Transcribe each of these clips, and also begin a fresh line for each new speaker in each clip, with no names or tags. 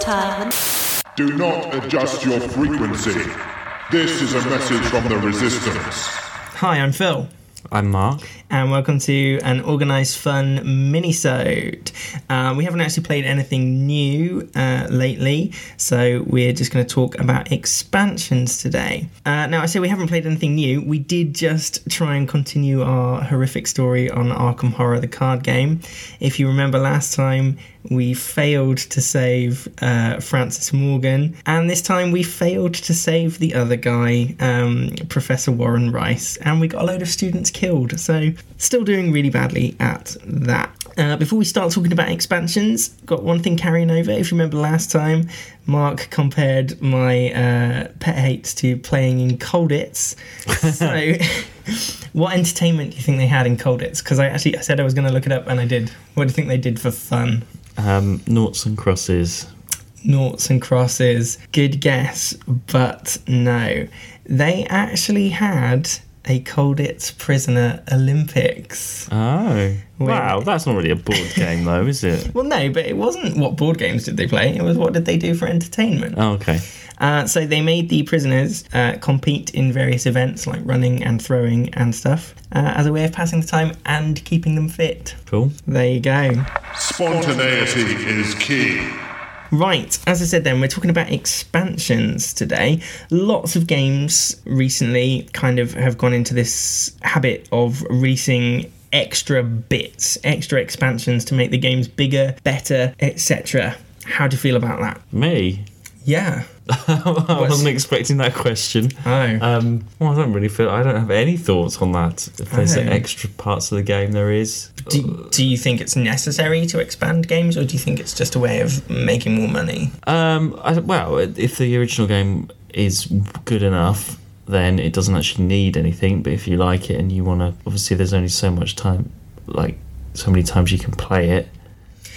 time.
Do not adjust your frequency. This is a message from the Resistance.
Hi, I'm Phil,
I'm Mark.
and welcome to an organised fun minisode. Uh, we haven't actually played anything new uh, lately, so we're just going to talk about expansions today. Uh, now, I say we haven't played anything new. We did just try and continue our horrific story on Arkham Horror, the card game. If you remember last time, we failed to save uh, Francis Morgan, and this time we failed to save the other guy, um, Professor Warren Rice, and we got a load of students killed. So, still doing really badly at that. Uh, before we start talking about expansions, got one thing carrying over. If you remember last time, Mark compared my uh, pet hates to playing in Colditz. So, what entertainment do you think they had in Colditz? Because I actually I said I was going to look it up, and I did. What do you think they did for fun?
Um, noughts and crosses.
noughts and crosses. Good guess, but no. They actually had a Colditz Prisoner Olympics.
Oh. Wow, that's not really a board game though, is it?
Well, no, but it wasn't what board games did they play, it was what did they do for entertainment.
Oh, okay.
Uh, so they made the prisoners uh, compete in various events like running and throwing and stuff uh, as a way of passing the time and keeping them fit.
Cool.
There you go.
Spontaneity is key.
Right, as I said, then we're talking about expansions today. Lots of games recently kind of have gone into this habit of releasing extra bits, extra expansions to make the games bigger, better, etc. How do you feel about that?
Me?
Yeah.
I wasn't expecting that question.
Oh.
Um, well, I don't really feel. I don't have any thoughts on that. If there's
Oh.
extra parts of the game, there is.
Do, do you think it's necessary to expand games, or do you think it's just a way of making more money?
Um, I, well, if the original game is good enough, then it doesn't actually need anything. But if you like it and you want to, obviously, there's only so much time, like so many times you can play it.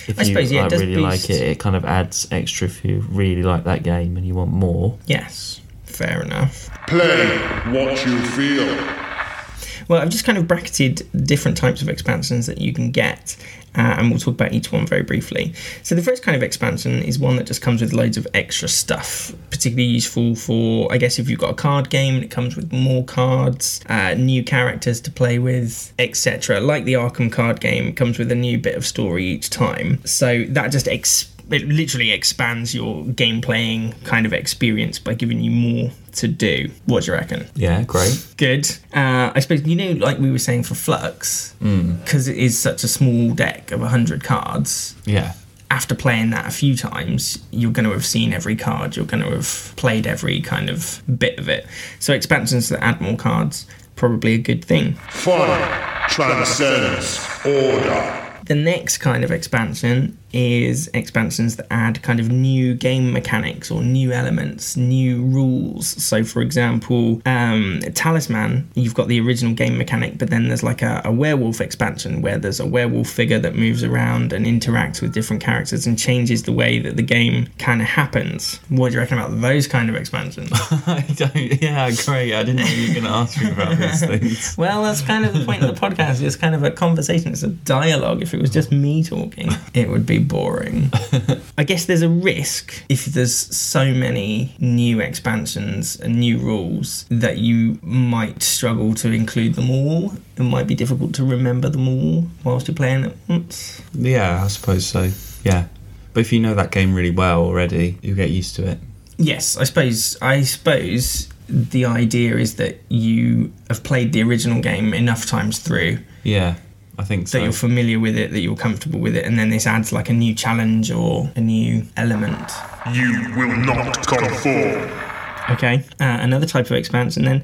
If
I
you
suppose, yeah, it
like,
does
really like
boost-
it, it kind of adds extra if you really like that game and you want more.
Yes, fair enough.
Play what you feel.
Well, I've just kind of bracketed different types of expansions that you can get, uh, and we'll talk about each one very briefly. So, the first kind of expansion is one that just comes with loads of extra stuff, particularly useful for, I guess, if you've got a card game and it comes with more cards, uh, new characters to play with, etc. Like the Arkham card game it comes with a new bit of story each time. So, that just expands it literally expands your game playing kind of experience by giving you more to do. What do you reckon?
Yeah, great.
Good. Uh, I suppose you know, like we were saying for Flux, because it is such a small deck of hundred cards.
Yeah.
After playing that a few times, you're going to have seen every card. You're going to have played every kind of bit of it. So expansions that add more cards probably a good thing.
Fun transcends order.
The next kind of expansion is expansions that add kind of new game mechanics or new elements, new rules. So, for example, um, Talisman, you've got the original game mechanic, but then there's like a, a werewolf expansion where there's a werewolf figure that moves around and interacts with different characters and changes the way that the game kind of happens. What do you reckon about those kind of expansions?
I don't. Yeah, great. I didn't know you were going to ask me about these things.
Well, that's kind of the point of the podcast. It's kind of a conversation, it's a dialogue. If it was just me talking, it would be boring. I guess there's a risk if there's so many new expansions and new rules that you might struggle to include them all. It might be difficult to remember them all whilst you're playing Hmm. at once.
Yeah, I suppose so. Yeah, but if you know that game really well already, you'll get used to it.
Yes, I suppose. I suppose the idea is that you have played the original game enough times through
Yeah, I think
that
so.
you're familiar with it, that you're comfortable with it, and then this adds like a new challenge or a new element.
You will not conform.
Okay. Uh, another type of expansion then.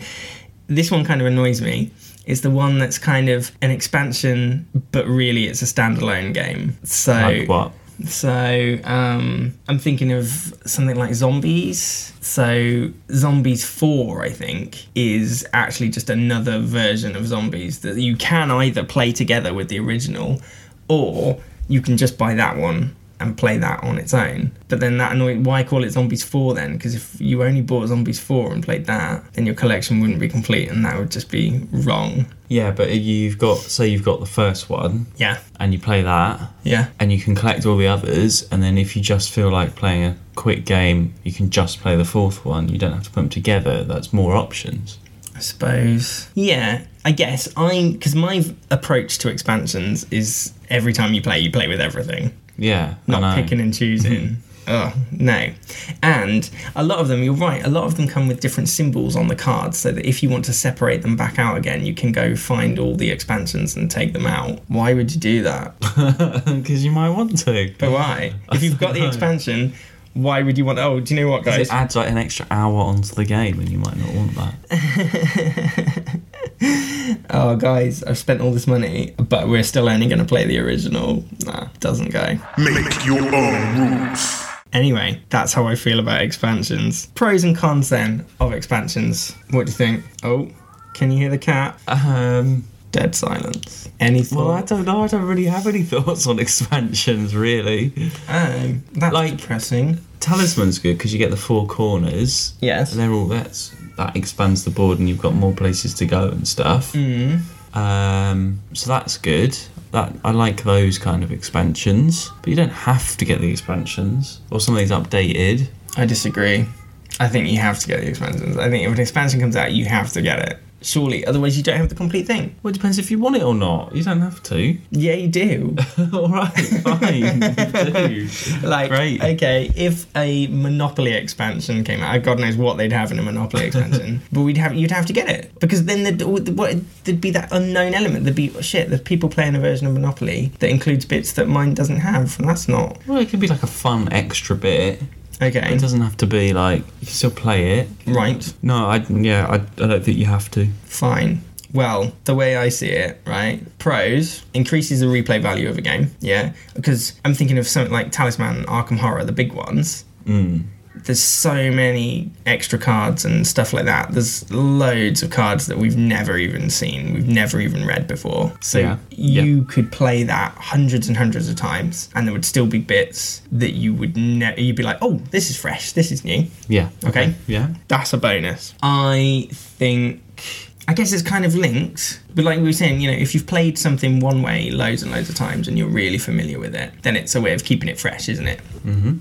This one kind of annoys me. Is the one that's kind of an expansion, but really it's a standalone game. So,
like what?
so um, I'm thinking of something like Zombies. So Zombies Four, I think, is actually just another version of Zombies that you can either play together with the original, or you can just buy that one and play that on its own. But then that annoy why call it Zombies 4 then? Because if you only bought Zombies 4 and played that, then your collection wouldn't be complete and that would just be wrong.
Yeah, but you've got say you've got the first one
Yeah.
and you play that
Yeah.
and you can collect all the others and then if you just feel like playing a quick game, you can just play the fourth one. You don't have to put them together. That's more options.
I suppose. Yeah, I guess I because my v- approach to expansions is every time you play, you play with everything,
Yeah. I
not
know.
picking and choosing. Oh no! And a lot of them, you're right. A lot of them come with different symbols on the cards, so that if you want to separate them back out again, you can go find all the expansions and take them out. Why would you do that?
because you might want to.
But why? If you've got the expansion, why would you want? Oh, do you know what, guys?
It adds like an extra hour onto the game, and you might not want that.
oh, guys, I've spent all this money, but we're still only going to play the original. Nah, doesn't go.
Make your own rules.
Anyway, that's how I feel about expansions. Pros and cons then of expansions. What do you think? Oh, can you hear the cat?
Um,
Dead silence. Any
well, I
thought?
don't know. I don't really have any thoughts on expansions, really.
oh, that's
Like-
depressing.
Talisman's good because you get the four corners.
Yes.
And they're all that's that expands the board, and you've got more places to go and stuff.
Mm.
Um, so that's good. That I like those kind of expansions, but you don't have to get the expansions or something's updated.
I disagree. I think you have to get the expansions. I think if an expansion comes out, you have to get it. Surely, otherwise you don't have the complete thing.
Well, it depends if you want it or not. You don't have to.
Yeah, you do.
all right, fine. you do.
like,
Great.
okay, if a Monopoly expansion came out, God knows what they'd have in a Monopoly expansion, but we'd have you'd have to get it because then there'd, what, there'd be that unknown element. There'd be shit. There's people playing a version of Monopoly that includes bits that mine doesn't have, and that's not
Well, it could be like a fun extra bit.
okay.
It doesn't have to be like you can still play it.
Right,
No, I yeah, I, I don't think you have to.
fine. Well, the way I see it, right? Pros increases the replay value of a game, yeah. Because I'm thinking of something like Talisman, Arkham Horror, the big ones.
Mm.
there's so many extra cards and stuff like that. There's loads of cards that we've never even seen, we've never even read before. So
Yeah.
you could play that hundreds and hundreds of times, and there would still be bits that you would never. You'd be like, "Oh, this is fresh. This is new."
Yeah.
Okay.
Yeah.
That's a bonus. I think. I guess it's kind of linked, but like we were saying, you know, if you've played something one way loads and loads of times and you're really familiar with it, then it's a way of keeping it fresh, isn't it? Mm-hmm.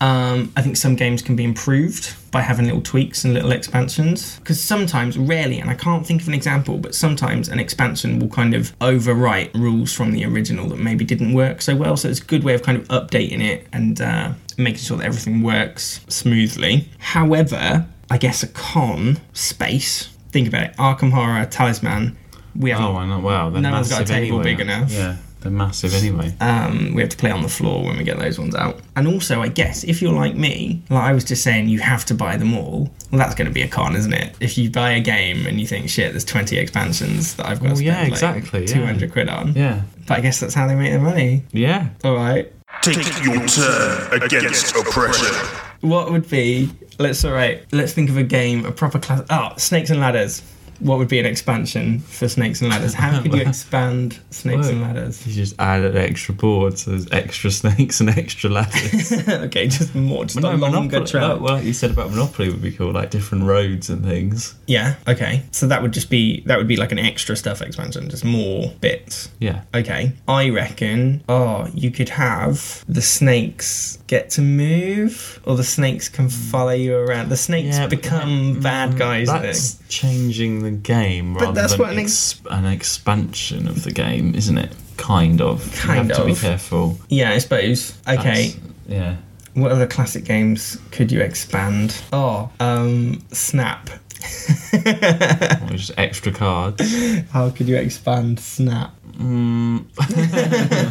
Um, I think some games can be improved by having little tweaks and little expansions. Because sometimes, rarely, and I can't think of an example, but sometimes an expansion will kind of overwrite rules from the original that maybe didn't work so well. So it's a good way of kind of updating it and uh, making sure that everything works smoothly. However, I guess a con space. Think about it: Arkham Horror, Talisman. We have
Oh,
not
I know. Wow, they're
No one's
massive
got a table
anyway.
big enough.
Yeah, they're massive anyway.
um, we have to play on the floor when we get those ones out. And also, I guess if you're like me, like I was just saying, you have to buy them all. Well, that's going to be a con, isn't it? If you buy a game and you think, shit, there's 20 expansions that I've got to
Well,
spend
yeah,
like,
exactly, yeah.
200 quid on.
Yeah.
But I guess that's how they make their money.
Yeah.
All right.
Take your turn against oppression.
What would be? Let's all right. Let's think of a game, a proper class. Oh, Snakes and Ladders. What would be an expansion for Snakes and Ladders? How could you expand Snakes and
Look.
Ladders?
You just add an extra board, so there's extra snakes and extra ladders.
okay, just more, just a longer track.
Like, well, like you said about Monopoly would be cool, like different roads and things.
Yeah. Okay. So that would just be that would be like an extra stuff expansion, just more bits.
Yeah.
Okay. I reckon. Oh, you could have the snakes get to move, or the snakes can follow you around. Hmm. The hmm, snakes
Yeah, but-
become bad guys. I think.
That's changing the game rather
that's
than
what an
ex- an expansion of the game, isn't it? Kind of.
Kind
you have to
of.
be careful.
Yeah, I suppose. Okay.
That's- yeah.
What other classic games could you expand? Oh, um, Snap.
Or just extra cards.
How could you expand Snap?
Mm.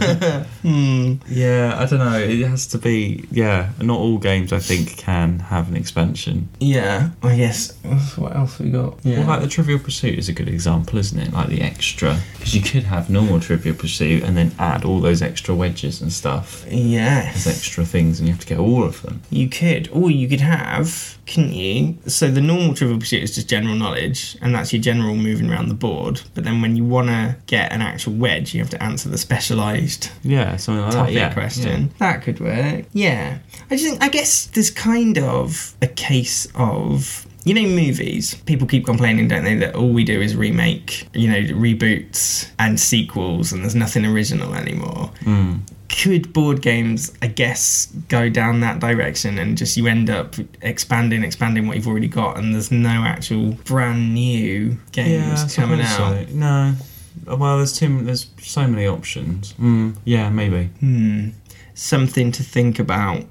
Hmm. yeah, I don't know. It has to be. Yeah, not all games I think can have an expansion.
Yeah. I guess. What else we got? Yeah.
Well, like the Trivial Pursuit is a good example, isn't it? Like the extra, because you could have normal Trivial Pursuit and then add all those extra wedges and stuff.
yes.
There's extra things, and you have to get all of them.
You could, or you could have, couldn't you? So the normal trivial pursuit is just general knowledge, and that's your general moving around the board. But then when you want to get an actual to Wedge, you have to answer the specialised
Oh, Yeah, something like
topic
that. Yeah,
question. That could work. Yeah. I just think, I guess there's kind of a case of. You know, movies, people keep complaining, don't they, that all we do is remake, you know, reboots and sequels and there's nothing original anymore.
Mm.
Could board games, I guess, go down that direction and just you end up expanding, expanding what you've already got and there's no actual brand new
Yeah,
games coming
I
out?
suppose so. No. Uh, Well, there's too. m- There's so many options. Mm, yeah, maybe.
Hmm. Something to think about.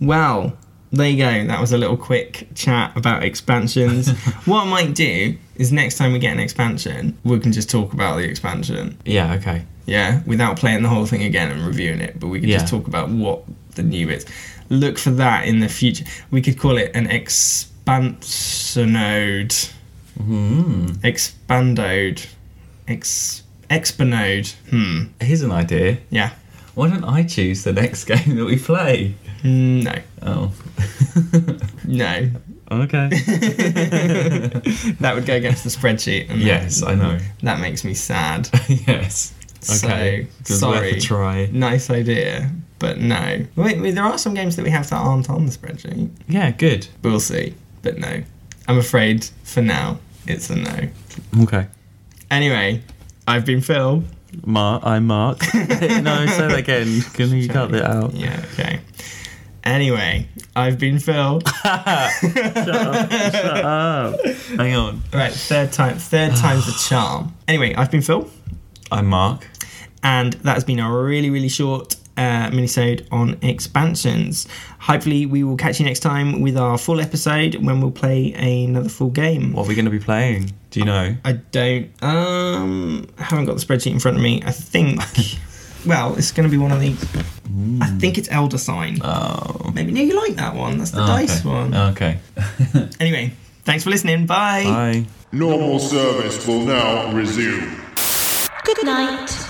Well, there you go. That was a little quick chat about expansions. what I might do is next time we get an expansion, we can just talk about the expansion.
Yeah. Okay.
Yeah, without playing the whole thing again and reviewing it, but we can just
Yeah.
talk about what the new is. Look for that in the future. We could call it an expansionode,
Hmm.
expandode, ex expanode. Hmm.
Here's an idea.
Yeah.
Why don't I choose the next game that we play?
Hmm, No.
Oh.
No.
okay.
That would go against the spreadsheet. And
yes, I know.
That makes me sad.
yes. Okay.
So,
It was
sorry.
Worth a try.
Nice idea, but no. Wait, wait, there are some games that we have that aren't on the spreadsheet.
Yeah. Good.
We'll see, but no. I'm afraid for now it's a no.
Okay.
Anyway, I've been Phil.
Mark. I'm Mark. no, say that again. Can you cut that out?
Yeah, okay. Anyway, I've been Phil.
Hang on.
right, third time, third time's the charm. Anyway, I've been Phil.
I'm Mark.
and that has been a really really short uh, minisode on expansions. Hopefully, we will catch you next time with our full episode when we'll play another full game.
What are we going to be playing? Do you know?
I don't um I haven't got the spreadsheet in front of me. I think well, it's going to be one of the. I think it's Elder Sign.
Hmm. Oh. Ah,
Maybe no, you like that one. That's the dice
okay.
one.
Okay.
Anyway, thanks for listening.
Bye.
Normal service will now resume.
Good night.